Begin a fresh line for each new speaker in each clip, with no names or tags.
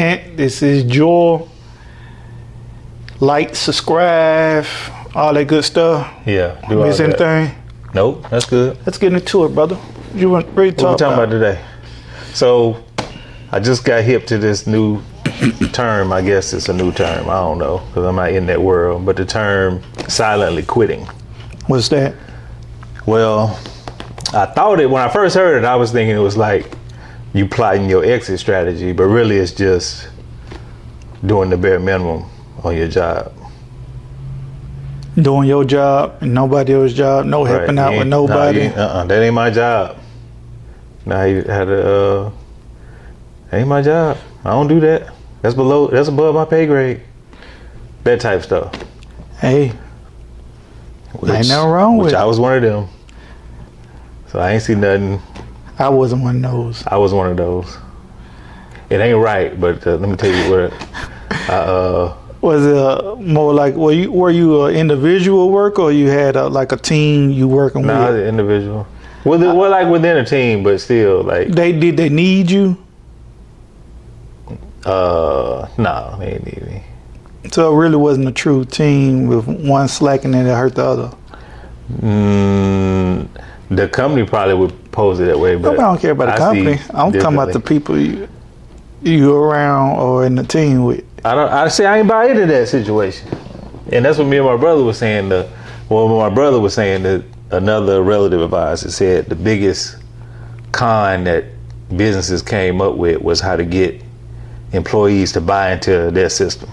And this is Joel. Like, subscribe, all that good stuff.
Yeah. Do all
Miss
that.
anything?
Nope. That's good.
Let's get into it, brother. You want to
What we
talk
talking about today? So, I just got hip to this new term. I guess it's a new term. I don't know because I'm not in that world. But the term silently quitting.
What's that?
Well, I thought it when I first heard it. I was thinking it was like you plotting your exit strategy, but really it's just doing the bare minimum on your job.
Doing your job and nobody else's job, no
Right.
helping
You
out with
ain't- nah, you
nobody.
ain't- uh-uh, that ain't my job. Now you had to. Uh, ain't my job. I don't do that. That's below. That's above my pay grade. That type stuff.
Hey,
Which,
nothing wrong
which
with
I
it.
was one of them. So I ain't see nothing.
I wasn't one of those.
I was one of those. It ain't right, but uh, let me tell you what. I, uh,
Was it uh, more like were you were you an individual worker or you had uh, like a team you working
nah, I was
with?
an individual. Well, the- well, like within a team, but still, like,
They did they need you?
uh, nah, they ain't need me.
So it really wasn't a true team with one slacking and it hurt the other.
Mm, the company probably would pose it that way, but
Nobody don't care about the
I see
company. I'm talking about the
differently.
people you you around or in the team with.
I don't. I say I ain't buy into that situation, and that's what me and my brother was saying. The well, my brother was saying that another relative of ours had said the biggest con that businesses came up with was how to get employees to buy into their system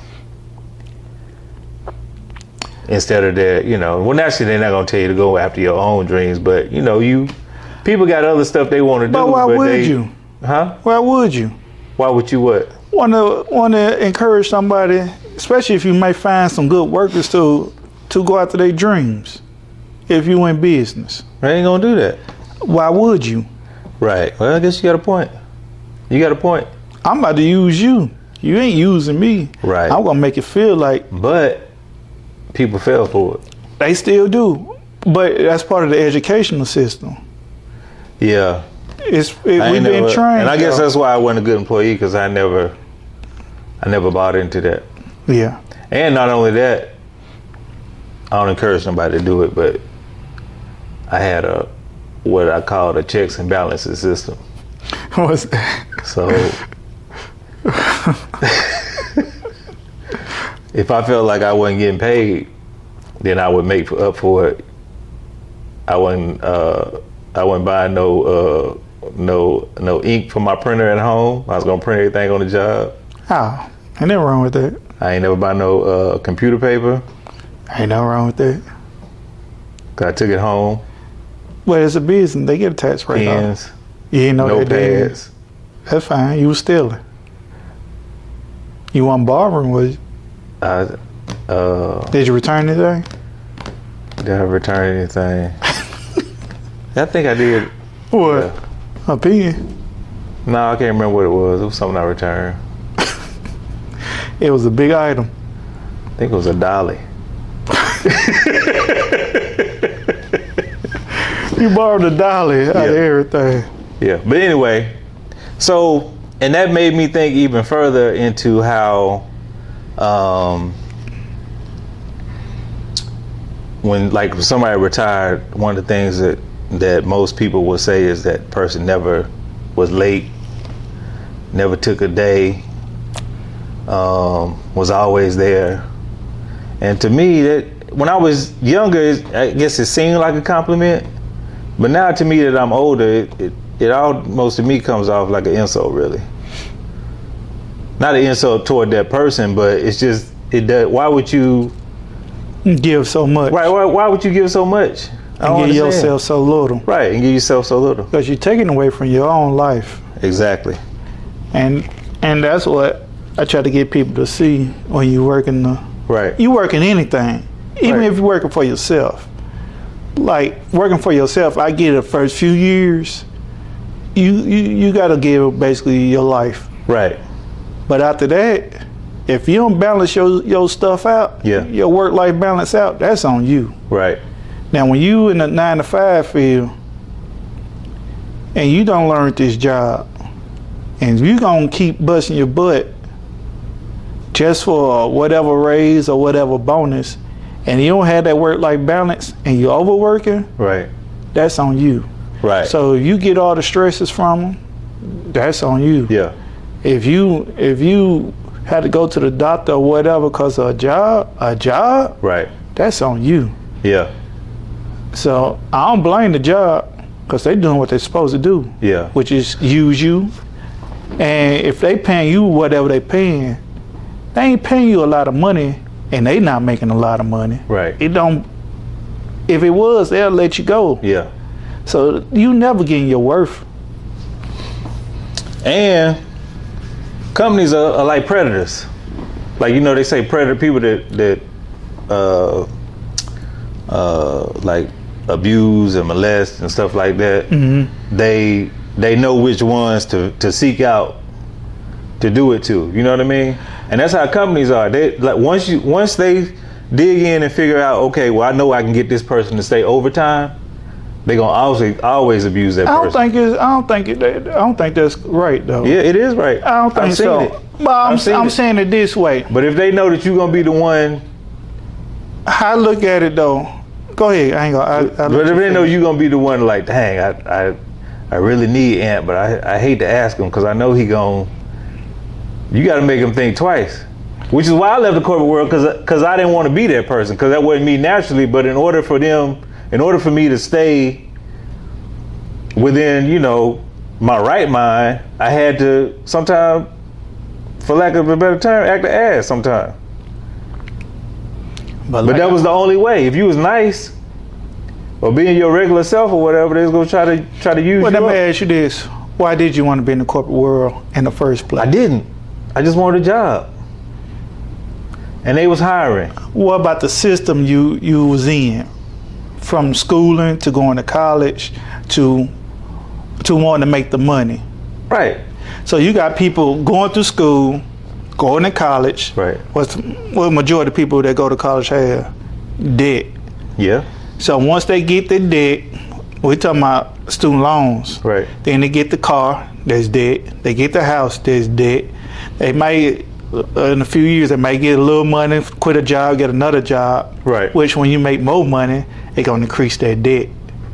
instead of their you know well naturally they're not going to tell you to go after your own dreams but you know you people got other stuff they want to do
But why would
they-
you?
huh
Why would you?
why would you what
Want to want to encourage somebody, especially if you may find some good workers to to go after their dreams. If you in business,
they ain't going to do that
why would you?
Right. Well, I guess you got a point. You got a point.
I'm about to use you. You ain't using me.
Right.
I'm gonna make it feel like
But people fell for it.
they still do, but that's part of the educational system.
Yeah.
It's it,
I
we've
ain't
been
never-
trained.
And I guess
though.
that's why I wasn't a good employee because I never, I never bought into that.
yeah.
And not only that, I don't encourage somebody to do it, but I had a what I called a checks and balances system.
What's-
So if I felt like I wasn't getting paid, then I would make up for it. I wasn't uh, I wasn't buying no uh, no no ink for my printer at home. I was gonna print everything on the job.
Oh, ain't nothing wrong with that.
I ain't never buy no uh, computer paper.
Ain't nothing wrong with that.
'cause I took it home.
But it's a business. They get a tax rate off.
Pens,
You ain't know that Oh, they did.
notepads.
That's fine. You was stealing. You want borrowing? Was
I uh,
did you return anything?
did I return anything? I think I did.
What?
Yeah.
Opinion.
No, I can't remember what it was. It was something I returned.
It was a big item.
I think it was a dolly.
You borrowed a dollar out of
Yeah.
everything.
Yeah. But anyway, so and that made me think even further into how um when like when somebody retired, one of the things that that most people will say is that person never was late, never took a day, um, was always there. And to me, that when I was younger, it- I guess it seemed like a compliment. But now, to me, that I'm older, it, it, it almost to me comes off like an insult, really. Not an insult toward that person, but it's just it. Does, why would you?
You Give so much.
Right? Why, why would you give so much? I
And
don't
give
understand.
yourself so little.
right and give yourself so little.
Because you're taking away from your own life.
Exactly.
And and that's what I try to get people to see when you work in the
Right.
you working anything, even
Right.
if you're working for yourself. Like working for yourself, I get it. The first few years, you you you gotta give basically your life.
right.
But after that, if you don't balance your your stuff out,
Yeah.
your work life balance out, that's on you.
Right.
Now, when you in the nine to five field, and you don't learn this job, and you gonna keep busting your butt just for whatever raise or whatever bonus, and you don't have that work life balance and you're overworking,
Right.
that's on you.
Right.
So if you get all the stresses from them, that's on you.
yeah.
If you if you had to go to the doctor or whatever because of a job, a job,
Right.
that's on you.
Yeah.
So I don't blame the job because they doing what they're supposed to do,
Yeah.
which is use you. And if they paying you whatever they paying, they ain't paying you a lot of money, and they not making a lot of money.
Right.
It don't. If it was, they'll let you go.
yeah.
So you never getting your worth.
And companies are, are like predators. Like you know, they say predator people that that uh, uh, like abuse and molest and stuff like that.
Mm-hmm.
They they know which ones to to seek out to do it to. You know what I mean? And that's how companies are. They like once you once they dig in and figure out, okay, well, I know I can get this person to stay overtime. They gonna always always abuse that
I don't
person.
think it's. I don't think it. I don't think that's right though.
yeah, it is right.
I don't think
I've seen
so.
it.
But I'm,
I've seen
I'm
it.
saying it this way.
But if they know that you're gonna be the one,
I look at it though. Go ahead. I ain't gonna. I, I let
but if
you
they know
finish.
you're gonna be the one, like, dang, I, I, I really need Ant, but I, I hate to ask him because I know he gonna. You got to make him think twice, which is why I left the corporate world because because I didn't want to be that person because that wasn't me naturally. But in order for them, in order for me to stay within, you know, my right mind, I had to sometimes, for lack of a better term, act the ass sometimes. But
like-
that was the only way. If you was nice or being your regular self or whatever, they was gonna try to try to use
Well,
you.
let me
up.
ask you this: Why did you want to be in the corporate world in the first place?
I didn't. I just wanted a job. And they was hiring.
What about the system you you was in, from schooling to going to college to to wanting to make the money?
Right.
So you got people going through school, going to college.
Right.
What's what majority of people that go to college have debt.
Yeah.
So once they get the debt, we talking about student loans.
Right.
Then they get the car, that's debt. They get the house, that's debt. They might, uh, in a few years, they might get a little money, quit a job, get another job.
Right.
Which, when you make more money, it gonna increase that debt.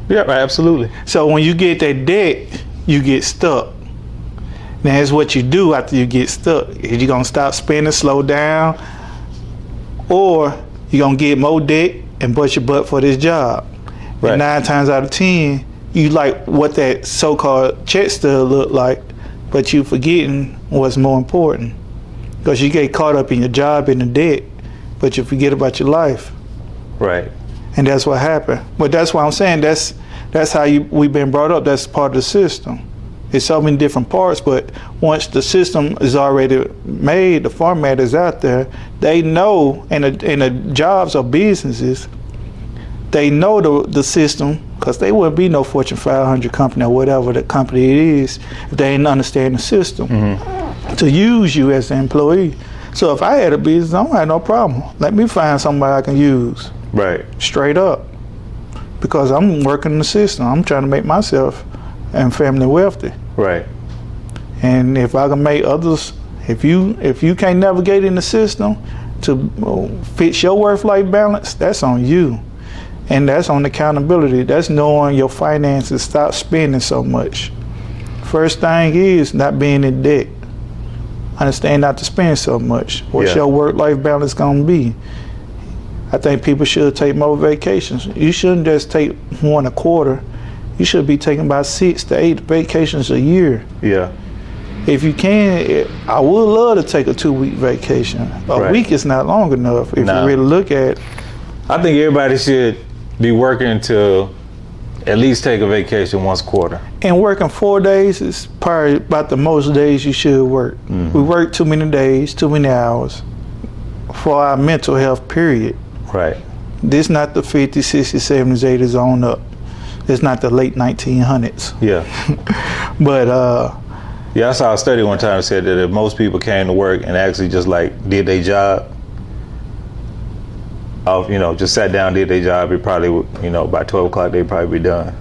Yeah. Right. Absolutely.
So when you get that debt, you get stuck. Now that's what you do after you get stuck. Is you gonna stop spending, slow down, or you gonna get more debt and bust your butt for this job.
Right.
And nine times out of ten, you like what that so-called check still look like, but you forgetting what's more important. Because you get caught up in your job and the debt, but you forget about your life
Right.
and that's what happened. But that's why I'm saying that's that's how you we've been brought up. That's part of the system. It's so many different parts, but once the system is already made, the format is out there. They know, and the, and the jobs or businesses, they know the the system because they wouldn't be no Fortune 500 company or whatever the company it is if they didn't understand the system to use you as an employee. So if I had a business, I don't have no problem. Let me find somebody I can use
Right.
straight up because I'm working the system. I'm trying to make myself and family wealthy.
Right.
And if I can make others, if you if you can't navigate in the system to uh, fit your work life balance, that's on you. And that's on accountability. That's knowing your finances. Stop spending so much. First thing is not being in debt. Understand not to spend so much. What's
Yeah.
your work life balance gonna be? I think people should take more vacations. You shouldn't just take one a quarter. You should be taking about six to eight vacations a year
Yeah.
if you can, it- I would love to take a two week vacation. A
Right.
week is not long enough if
Nah.
you really look at it.
I think everybody should be working to at least take a vacation once a quarter.
And working four days is probably about the most days you should work.
Mm-hmm.
We work too many days, too many hours for our mental health, period.
Right.
This not the 50s, 60s, 70s, 80s on up. It's not the late 1900s.
Yeah.
But uh,
Yeah, I saw a study one time that said that if most people came to work and actually just like did their job, of you know, just sat down, did their job, it probably would, you know by twelve o'clock they'd probably be done.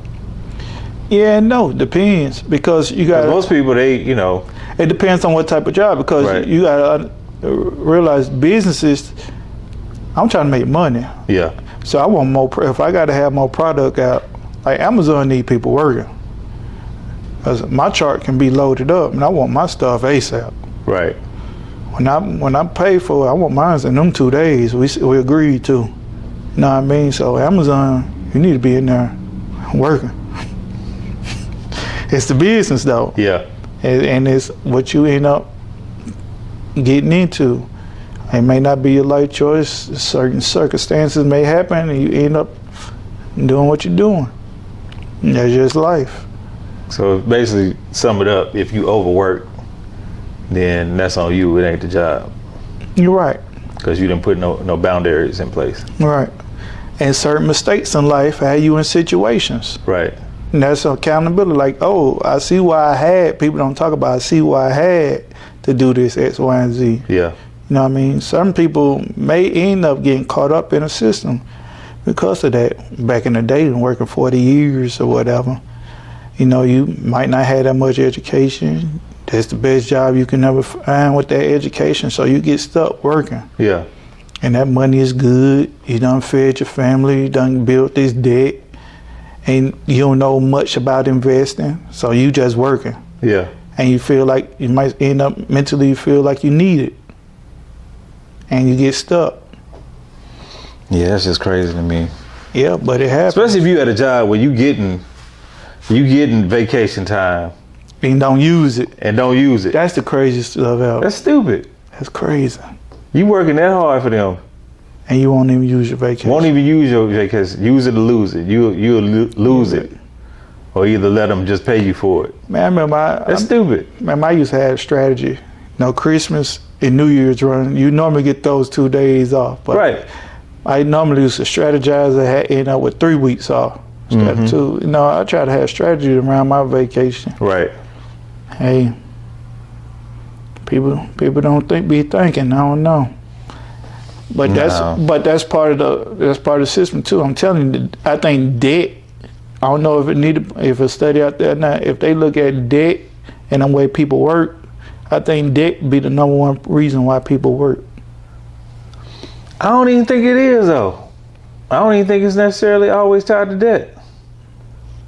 yeah, and no, depends because you got
Uh, Most people they you know
It depends on what type of job because
Right.
you got r- realize businesses. I'm trying to make money,
Yeah.
so I want more. pro- If I got to have more product out, like Amazon need people working, because my chart can be loaded up, and I want my stuff ASAP.
Right.
When I when I pay for it, I want mine in them two days. We s- we agreed to. You know what I mean? So Amazon, you need to be in there working. it's the business though,
Yeah.
and, and it's what you end up getting into. It may not be your life choice. Certain circumstances may happen, and you end up doing what you're doing. And that's just life.
So basically, sum it up. If you overwork, then that's on you. It ain't the job
You're right.
because you didn't put no no boundaries in place.
Right. And certain mistakes in life have you in situations.
Right.
And that's accountability. Like, oh, I see why I had people don't talk about. I see why I had to do this X, Y, and Z. You
Yeah.
know what I mean? Some people may end up getting caught up in a system because of that. Back in the day, working forty years or whatever, you know, you might not have that much education. That's the best job you can ever find with that education. So you get stuck working
Yeah.
and that money is good. You done fed your family, you done built this debt, and you don't know much about investing, so you just working.
Yeah.
And you feel like you might end up mentally, you feel like you need it. And you get stuck.
Yeah. That's just crazy to me.
Yeah, but it happens.
Especially if you had a job where you getting you getting vacation time
And don't use it.
and don't use it.
That's the craziest stuff ever.
That's stupid.
That's crazy.
You working that hard for them.
And you won't even use your vacation.
Won't even use your vacation. Use it or lose it. You you'll lo- lose it, or either let them just pay you for it.
Man, I remember I,
That's stupid.
Man, I used to have a strategy. No Christmas and New Year's run. You normally get those two days off. But
Right.
I normally used to strategize and ha- end up with three weeks off. Instead
Mm-hmm.
of two. You know, I try to have strategy around my vacation.
Right.
Hey, people people don't think be thinking. I don't know. But
No.
that's but that's part of the that's part of the system too. I'm telling you, I think debt. I don't know if it needed if a study out there or not. If they look at debt and the way people work, I think debt be the number one reason why people work.
I don't even think it is though. I don't even think it's necessarily always tied to debt.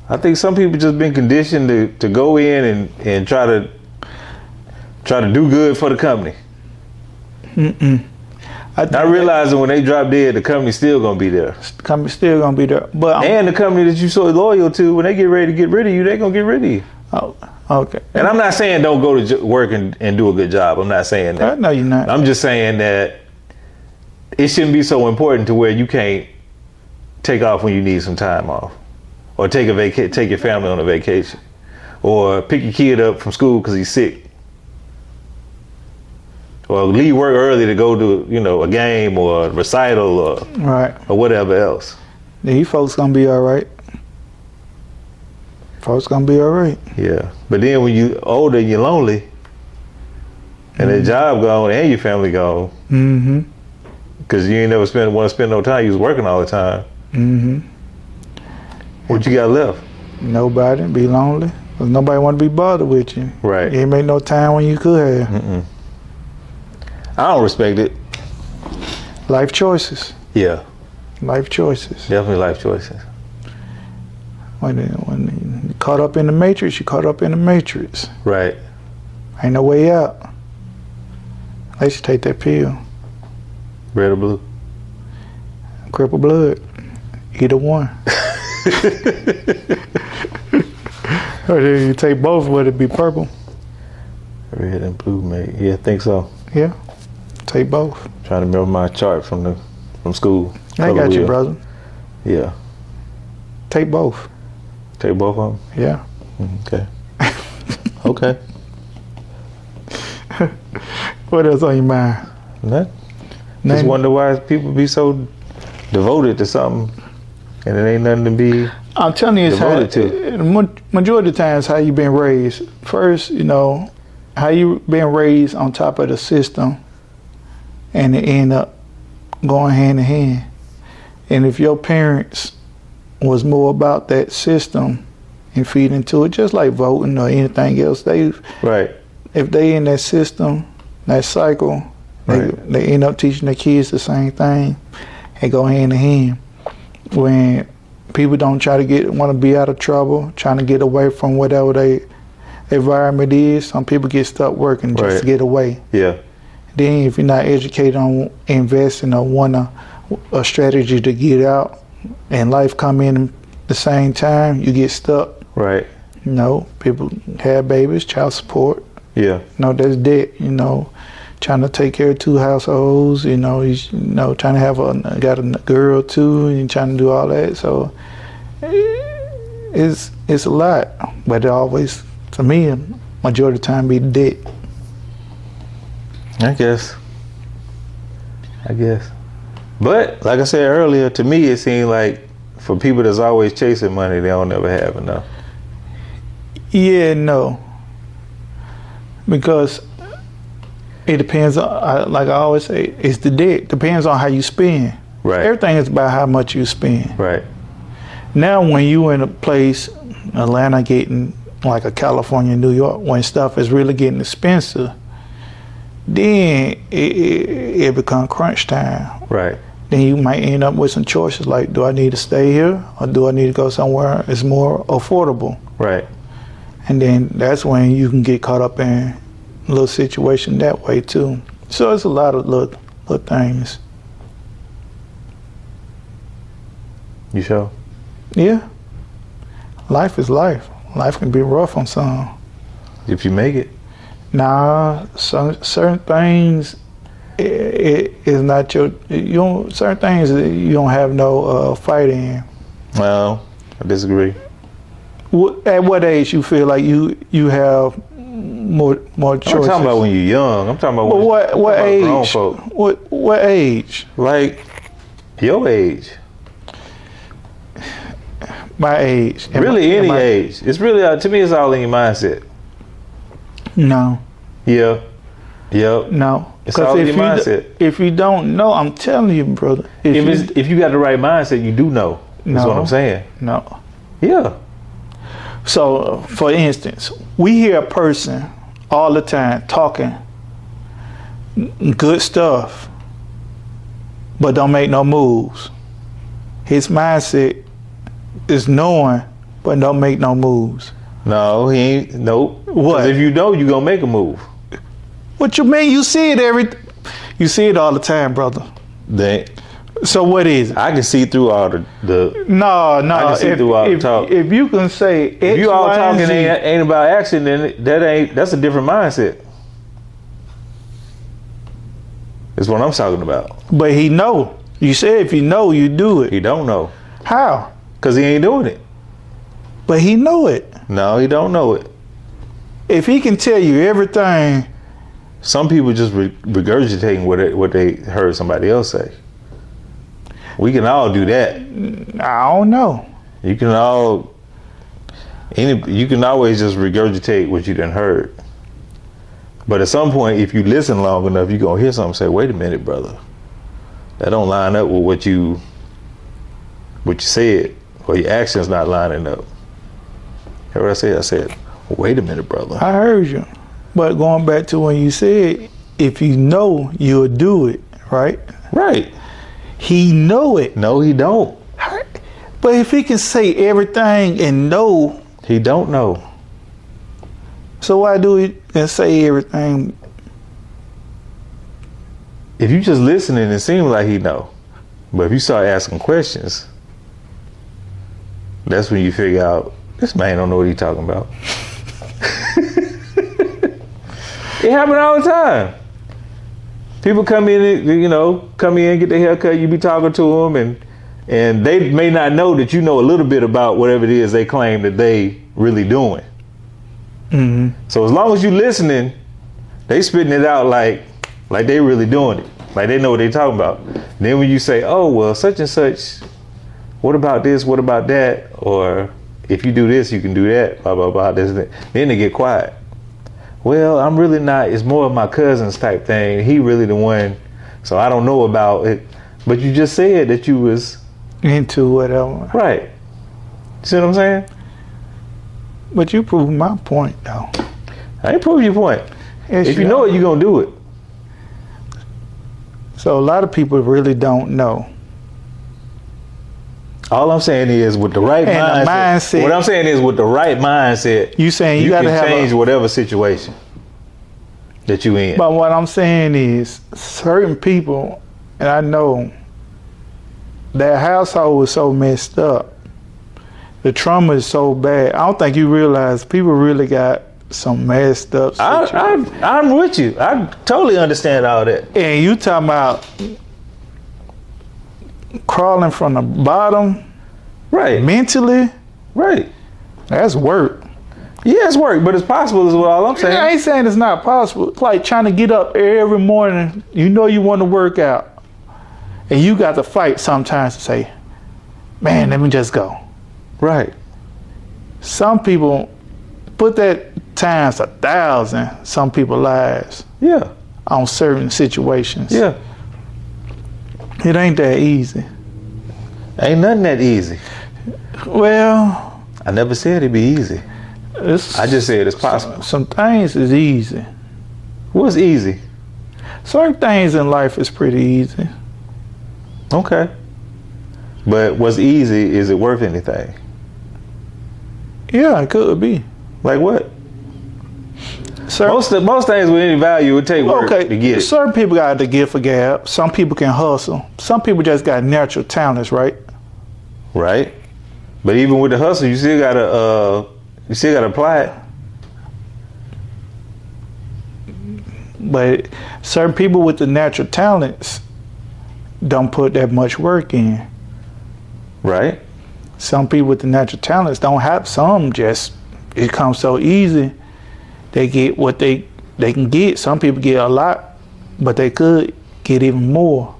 I think some people just been conditioned to, to go in and, and try to try to do good for the company.
I think
Not realizing when they drop dead, the company's still gonna be there.
that company's still gonna be there. But I'm,
And the company that you so loyal to, when they get ready to get rid of you, they gonna get rid of you.
oh, okay.
And I'm not saying don't go to j- work and, and do a good job. I'm not saying
I
that.
know you're not.
I'm just saying that it shouldn't be so important to where you can't take off when you need some time off, or take a vaca- take your family on a vacation, or pick your kid up from school because he's sick, or leave work early to go to you know a game or a recital or,
right.
or whatever else.
These folks gonna be all right. Folks gonna be all right.
Yeah, but then when you older and you're lonely, and the job gone and your family gone,
Mm-hmm.
Cause you ain't never spend want to spend no time. You was working all the time.
Mm-hmm.
What you got left?
Nobody be lonely. 'cause nobody want to be bothered with you.
Right.
You ain't make no time when you could have.
Mm. I don't respect it.
Life choices.
Yeah,
Life choices.
definitely life choices.
When, when you caught up in the matrix, you caught up in the matrix.
Right.
Ain't no way out. They should take that pill.
Red or blue?
Cripple blood. Either one. or then you take both, would it be purple?
Red and blue, mate. Yeah, I think so.
Yeah. Take both.
trying to remember my chart from the from school.
I
Color
got you,
wheel.
brother.
Yeah.
Take both.
Take both of them.
Yeah.
Okay. okay.
What else on your mind?
That, just
Name-
wonder why people be so devoted to something, and it ain't nothing to be.
I'm telling you, it's how,
Devoted to.
uh, ma- majority of the times how you been raised. First, you know, how you been raised on top of the system, and it end up going hand in hand. And if your parents was more about that system and feed into it, just like voting or anything else, they
Right.
if they in that system, that cycle, They,
Right.
they end up teaching their kids the same thing and go hand in hand. When people don't try to get want to be out of trouble, trying to get away from whatever they environment is, some people get stuck working just to
Right.
get away.
Yeah.
Then if you're not educated on investing or want a, a strategy to get out and life come in the same time, you get stuck.
Right.
You know, people have babies, child support.
Yeah.
You know, that's debt. You know, trying to take care of two households. You know, he's you know trying to have a got a girl too, and trying to do all that. So eh, it's it's a lot, but it always to me majority of the time be debt.
I guess. I guess. But like I said earlier, to me it seemed like for people that's always chasing money, they don't never have enough.
Yeah, no. Because it depends on, I, like I always say, it's the debt. Depends on how you spend.
Right.
Everything is about how much you spend.
Right.
Now, when you in a place, Atlanta getting like a California, New York, when stuff is really getting expensive, then it, it, it become crunch time.
Right.
Then you might end up with some choices like, do I need to stay here or do I need to go somewhere that's more affordable?
Right.
and then that's when you can get caught up in a little situation that way too. So it's a lot of little, little things.
You sure?
Yeah, life is life. Life can be rough on some.
If you make it.
Nah, some certain things i it is not your. You don't, certain things that you don't have no uh, fight in.
Well, I disagree.
Wh- At what age you feel like you you have more more
I'm not
choices?
talking about when you're young. I'm talking about
But
when
what what
I'm talking about grown
age?
folk.
What what age?
Like your age.
My age. Am I-
really
am
any
I-
age. It's really uh, to me it's all in your mindset.
No,
Yeah. Yep.
no.
It's
'Cause
all
if
your
you
mindset.
if you don't know, I'm telling you, brother. If,
If
you
it's, if you got the right mindset, you do know. That's
No.
what I'm saying.
no.
Yeah.
So, uh, for instance, we hear a person all the time talking n- good stuff, but don't make no moves. His mindset is knowing, but don't make no moves.
No, he ain't. Nope.
What?
'Cause if you know, you gonna make a move.
What you mean? You see it every, you see it all the time, brother.
Then
So what is it?
I can see through all the. the
No, no.
can see
if,
through all the
if,
talk.
if you can say
if
X,
you all
Y, and
talking
Z,
ain't, ain't about action, then that ain't. That's a different mindset. Is what I'm talking about.
but he know. You say if you know, you do it.
He don't know
How?
because he ain't doing it.
But he know it.
No, he don't know it.
If he can tell you everything,
Some people just re- regurgitating what it, what they heard somebody else say. We can all do that.
I don't know.
You can all any you can always just regurgitate what you done heard. But at some point, if you listen long enough, you gonna hear something say, "Wait a minute, brother, that don't line up with what you what you said, or your actions not lining up." Hear what I said? I said, "Wait a minute, brother."
I heard you. But going back to when you said, if you know, you'll do it, right?
Right?
He know it.
No, he don't.
But if he can say everything and know,
He don't know.
so why do it and say everything?
If you just listening, it seems like he know. But if you start asking questions, that's when you figure out this man don't know what he talking about. it happen all the time. People come in, you know, come in, get their haircut. You be talking to them, and and they may not know that you know a little bit about whatever it is they claim that they really doing.
hmm
So as long as you listening, they spitting it out like like they really doing it. Like they know what they talking about. Then when you say, "Oh, well, such and such, what about this? What about that?" or if you do this, you can do that, blah blah blah. This, and that. Then they get quiet. Well, I'm really not. It's more of my cousins type thing. He really the one, so I don't know about it. But you just said that you was
Into whatever.
right. See what I'm saying?
But you proved my point, though.
I ain't prove your point.
Yes,
If you know
are.
it, you gonna do it.
So a lot of people really don't know.
All I'm saying is with the right
And the
mindset,
mindset-
What I'm saying is with the right mindset.
You saying you gotta
can
have a-
change whatever situation that you in.
But what I'm saying is, certain people, and I know their household was so messed up, the trauma is so bad. I don't think you realize people really got some messed up.
I,
situa-
I, I'm with you. I totally understand all that.
and you talking about crawling from the bottom
Right.
mentally?
Right.
That's work.
Yeah, it's work, but it's possible is what all I'm saying.
I ain't saying it's not possible. It's like trying to get up every morning. You know you want to work out, and you got to fight sometimes to say, "Man, let me just go."
Right.
Some people put that times a thousand. Some people lives
Yeah.
on certain situations.
Yeah.
it ain't that easy.
Ain't nothing that easy.
Well,
I never said it'd be easy.
it's
I just said it's possible.
some things is easy.
What's easy?
Certain things in life is pretty easy.
Okay. But what's easy, is it worth anything?
Yeah, it could be.
Like what?
Certain
Most of, most things with any value would take work
Okay,
to get it.
certain people got the gift for gab. Some people can hustle. Some people just got natural talents, right?
Right? But even with the hustle, you still gotta uh you still gotta apply it.
But certain people with the natural talents don't put that much work in.
Right?
Some people with the natural talents don't have. Some just it comes so easy. They get what they they can get. Some people get a lot, but they could get even more.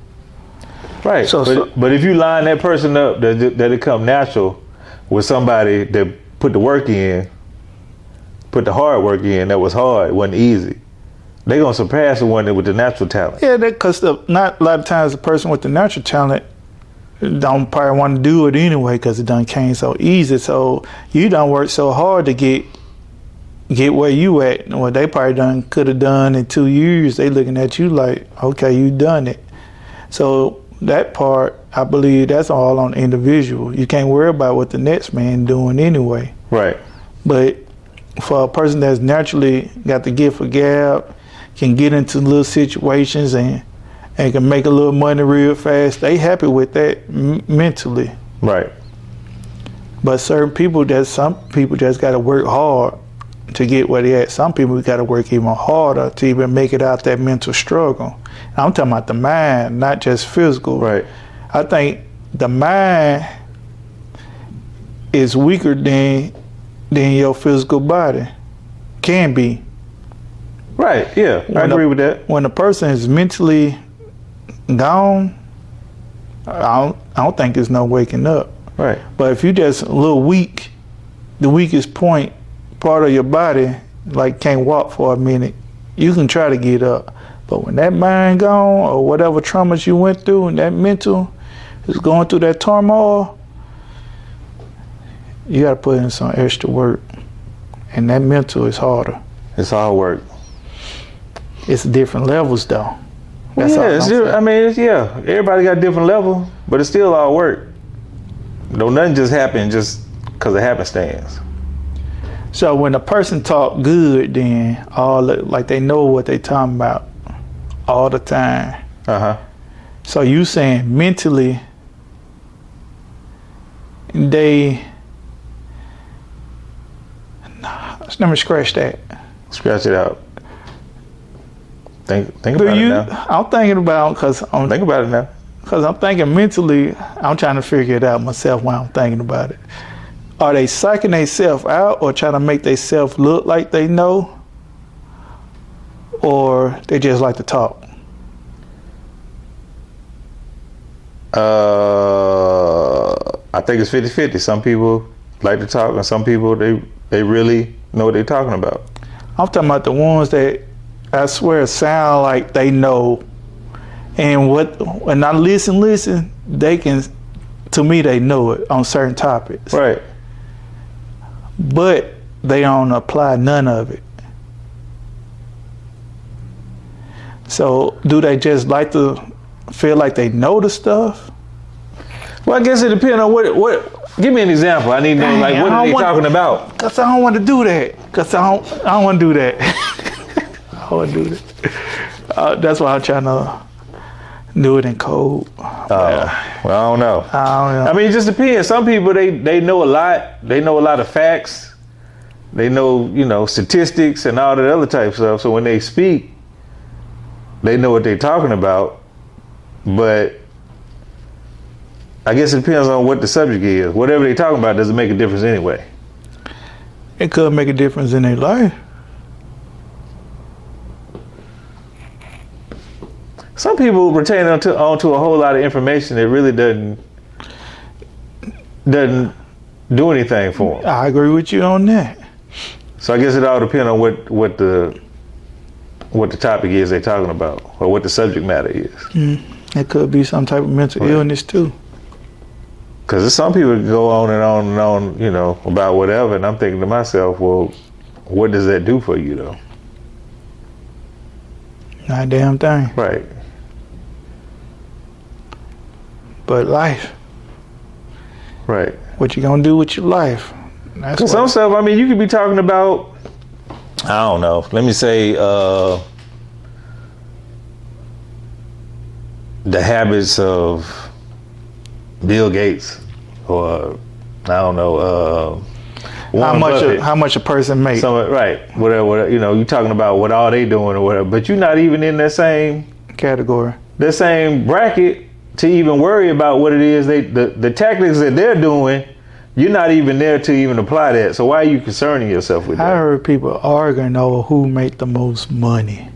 Right.
So-
but,
so-
but if you line that person up that that it come natural with somebody that put the work in, put the hard work in, that was hard, wasn't easy. They gonna surpass the one that with the natural talent.
Yeah, that because the not a lot of times the person with the natural talent don't probably want to do it anyway because it done came so easy. So you done worked so hard to get get where you at. And what they probably done could have done in two years, they looking at you like, okay, you done it. So that part, I believe, that's all on the individual. You can't worry about what the next man doing anyway.
Right.
But for a person that's naturally got the gift of gab, can get into little situations and and can make a little money real fast, they happy with that m- mentally.
Right.
But certain people, that some people just got to work hard to get where they at. Some people got to work even harder to even make it out that mental struggle. I'm talking about the mind, not just physical.
Right.
I think the mind is weaker than than your physical body can be.
Right. Yeah. I
When the-
agree with that.
When a person is mentally gone, I don't, I don't think there's no waking up.
Right.
But if you just a little weak, the weakest point part of your body, like can't walk for a minute, you can try to get up. But when that mind gone or whatever traumas you went through and that mental is going through that turmoil, you gotta put in some extra work. And that mental is harder.
It's hard work.
It's different levels though. That's all
yeah, it's
I'm
different.
saying.
I mean, it's, yeah, everybody got different level, but it's still all work. Don't nothing just happen just because it happenstance.
So when a person talk good then all the, like they know what they talking about all the time.
Uh huh.
So you saying mentally they Nah, let me scratch that.
Scratch it out. Think think
Do
about it
you?
now.
I'm thinking about because I'm
Think about it now.
because I'm thinking mentally. I'm trying to figure it out myself while I'm thinking about it. Are they psyching themselves out or trying to make themselves look like they know, or they just like to talk?
Uh, I think it's 50-50. Some people like to talk, and some people they they really know what they're talking about.
I'm talking about the ones that I swear sound like they know, and what when I listen, listen, they can. To me, they know it on certain topics,
Right.
but they don't apply none of it. So, do they just like to feel like they know the stuff.
Well, I guess it depends on what what. Give me an example. I need to know like
Dang,
what
I
are they
want-
talking about?
Cause I don't want to do that. Cause I don't. I don't want to do that. I don't want to do that. Uh, that's why I'm trying to do it in code.
Oh, well, I don't know.
I don't know.
I mean, it just depends. Some people they they know a lot. They know a lot of facts. They know you know statistics and all that other type of stuff. So when they speak, they know what they're talking about. But I guess it depends on what the subject is. Whatever they're talking about doesn't make a difference anyway.
It could make a difference in their life.
Some people retain onto, onto a whole lot of information that really doesn't doesn't do anything for them.
I agree with you on that.
So I guess it all depends on what what the what the topic is they're talking about or what the subject matter is.
It could be some type of mental
Right.
illness too.
Because some people go on and on and on, you know, about whatever, and I'm thinking to myself, well, what does that do for you though?
Not a damn thing.
Right.
But life.
Right.
What you gonna do with your life? That's
Cause some
what,
stuff, I mean, you could be talking about, I don't know. Let me say, uh, the habits of Bill Gates, or I don't know, uh,
how
Warren
much
Buffett.
a, how much a person makes.
Some- right? Whatever, whatever. You know, you talking about what all they doing or whatever, but you're not even in that same
category.
the same bracket to even worry about what it is they the, the tactics that they're doing. You're not even there to even apply that. So why are you concerning yourself with
I
that?
heard people arguing over who make the most money.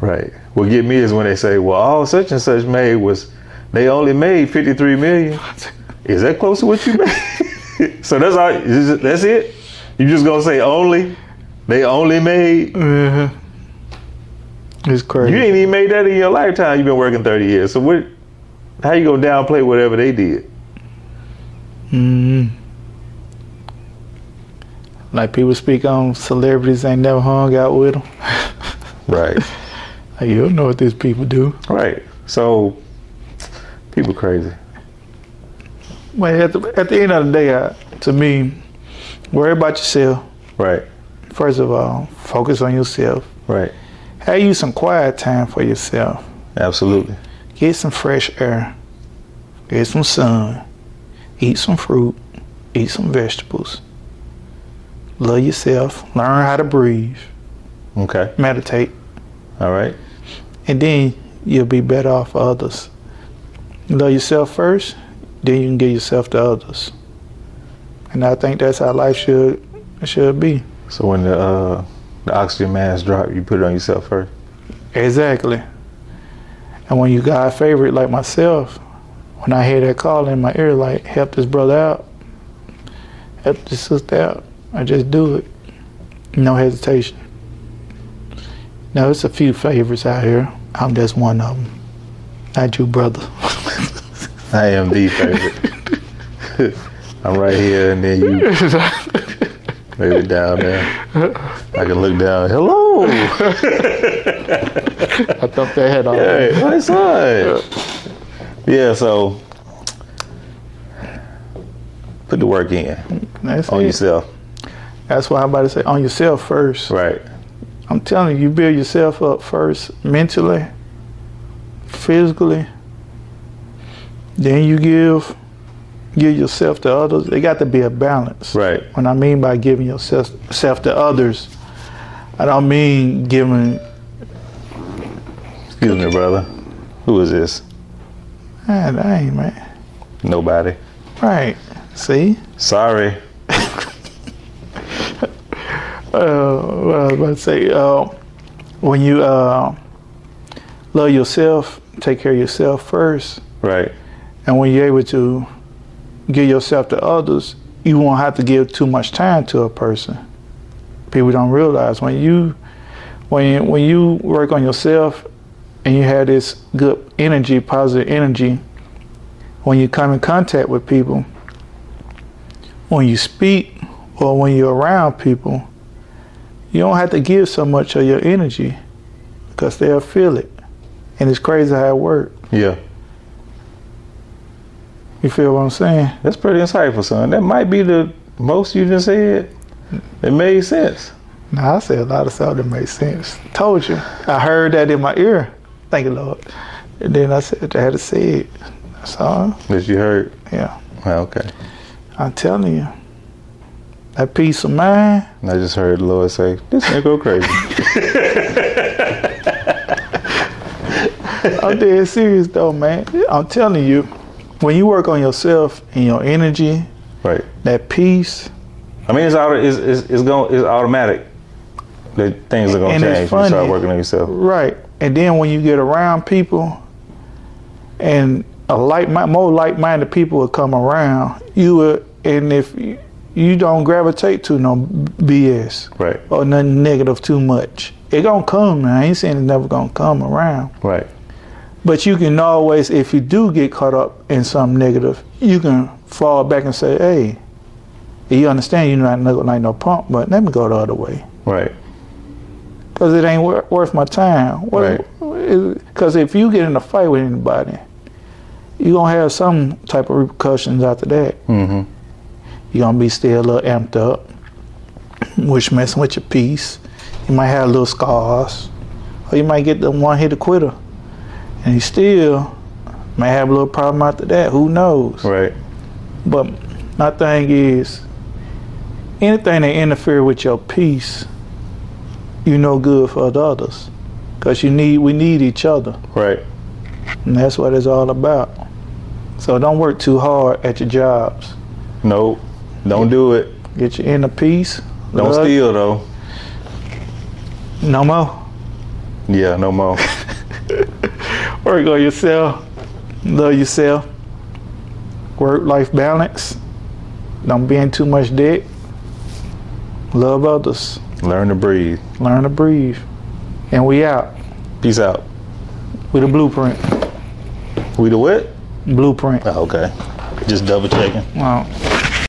Right. What get me is when they say, "Well, all such and such made was they only made 53 million." Is that close to what you made? so that's all. is it- That's it. You just gonna say only? They only made.
hmm It's crazy.
You ain't even made that in your lifetime. You've been working 30 years. So what? How you gonna downplay whatever they did?
Mhm. Like people speak on celebrities ain't never hung out with them.
Right.
Like, you don't know what these people do.
Right. So people crazy.
But at the, at the end of the day, I, to me, worry about yourself.
Right.
First of all, focus on yourself.
Right.
Have you some quiet time for yourself.
Absolutely.
Get some fresh air. Get some sun. Eat some fruit. Eat some vegetables. Love yourself. Learn how to breathe.
Okay.
Meditate.
All right.
and then you'll be better off for others. Love yourself first, then you can give yourself to others. And I think that's how life should should be.
So when the uh, the oxygen mask drop, you put it on yourself first.
Exactly. And when you got a favorite like myself, when I hear that call in my ear, like help this brother out, help this sister out, I just do it, no hesitation. Now it's a few favorites out here. I'm just one of them. Not you, brother.
I am the favorite. I'm right here, and then you maybe down there. I can look down. Hello.
I thumped that head off.
Hey, what's up? Yeah. So put the work in
That's
on
it.
yourself.
That's why I'm about to say on yourself first.
Right.
I'm telling you, you build yourself up first mentally, physically. Then you give give yourself to others. It got to be a balance.
Right.
When I mean by giving yourself self to others, I don't mean giving
Excuse me, brother. Who is this?
man, I ain't man.
Nobody.
Right. See?
Sorry.
uh, what I was about to say. Uh, when you uh, love yourself, take care of yourself first,
Right.
and when you're able to give yourself to others, you won't have to give too much time to a person. People don't realize when you when you, when you work on yourself and you have this good energy, positive energy, when you come in contact with people, when you speak or when you're around people, you don't have to give so much of your energy because they'll feel it. and it's crazy how it worked.
Yeah.
You feel what I'm saying?
That's pretty insightful, son. That might be the most you just said. It made sense.
Now I said a lot of stuff that made sense. Told you, I heard that in my ear. Thank you, Lord. And then I said I had to say it. That's all.
That you heard.
Yeah,
Ah, Okay.
I'm telling you, that peace of mind.
And I just heard the Lord say, This nigga go crazy.
I'm dead serious though, man. I'm telling you, when you work on yourself and your energy,
right.
that peace,
I mean it's auto it's it's, it's going it's automatic that things are gonna
And it's
change when you start
funny.
working on yourself.
right? And then when you get around people, and a like mi- more like-minded people will come around you, will, and if you, you don't gravitate to no BS,
Right.
or nothing negative too much. It gonna come now. I ain't saying it never gonna come around.
Right.
But you can always, if you do get caught up in something negative, you can fall back and say, hey, you understand you're not no- like no punk, but let me go the other way.
Right.
Because it ain't wor- worth my time.
Right.
Because if you get in a fight with anybody, you're going to have some type of repercussions after that.
Mm-hmm.
You're gonna be still a little amped up, which messing with your peace. You might have little scars, or you might get the one hit quitter, and you still may have a little problem after that. Who knows?
Right.
But my thing is, anything that interfere with your peace, you no good for the others, cause you need we need each other,
Right.
and that's what it's all about. So don't work too hard at your jobs.
Nope. Don't do it.
Get your inner peace.
Don't
love-
steal though.
No more.
Yeah, no more.
Work on yourself. Love yourself. Work life balance. Don't be in too much debt. Love others.
Learn to breathe.
Learn to breathe. And we out
Peace out.
with a blueprint.
We the what?
Blueprint.
Oh, okay. Just double checking.
Wow.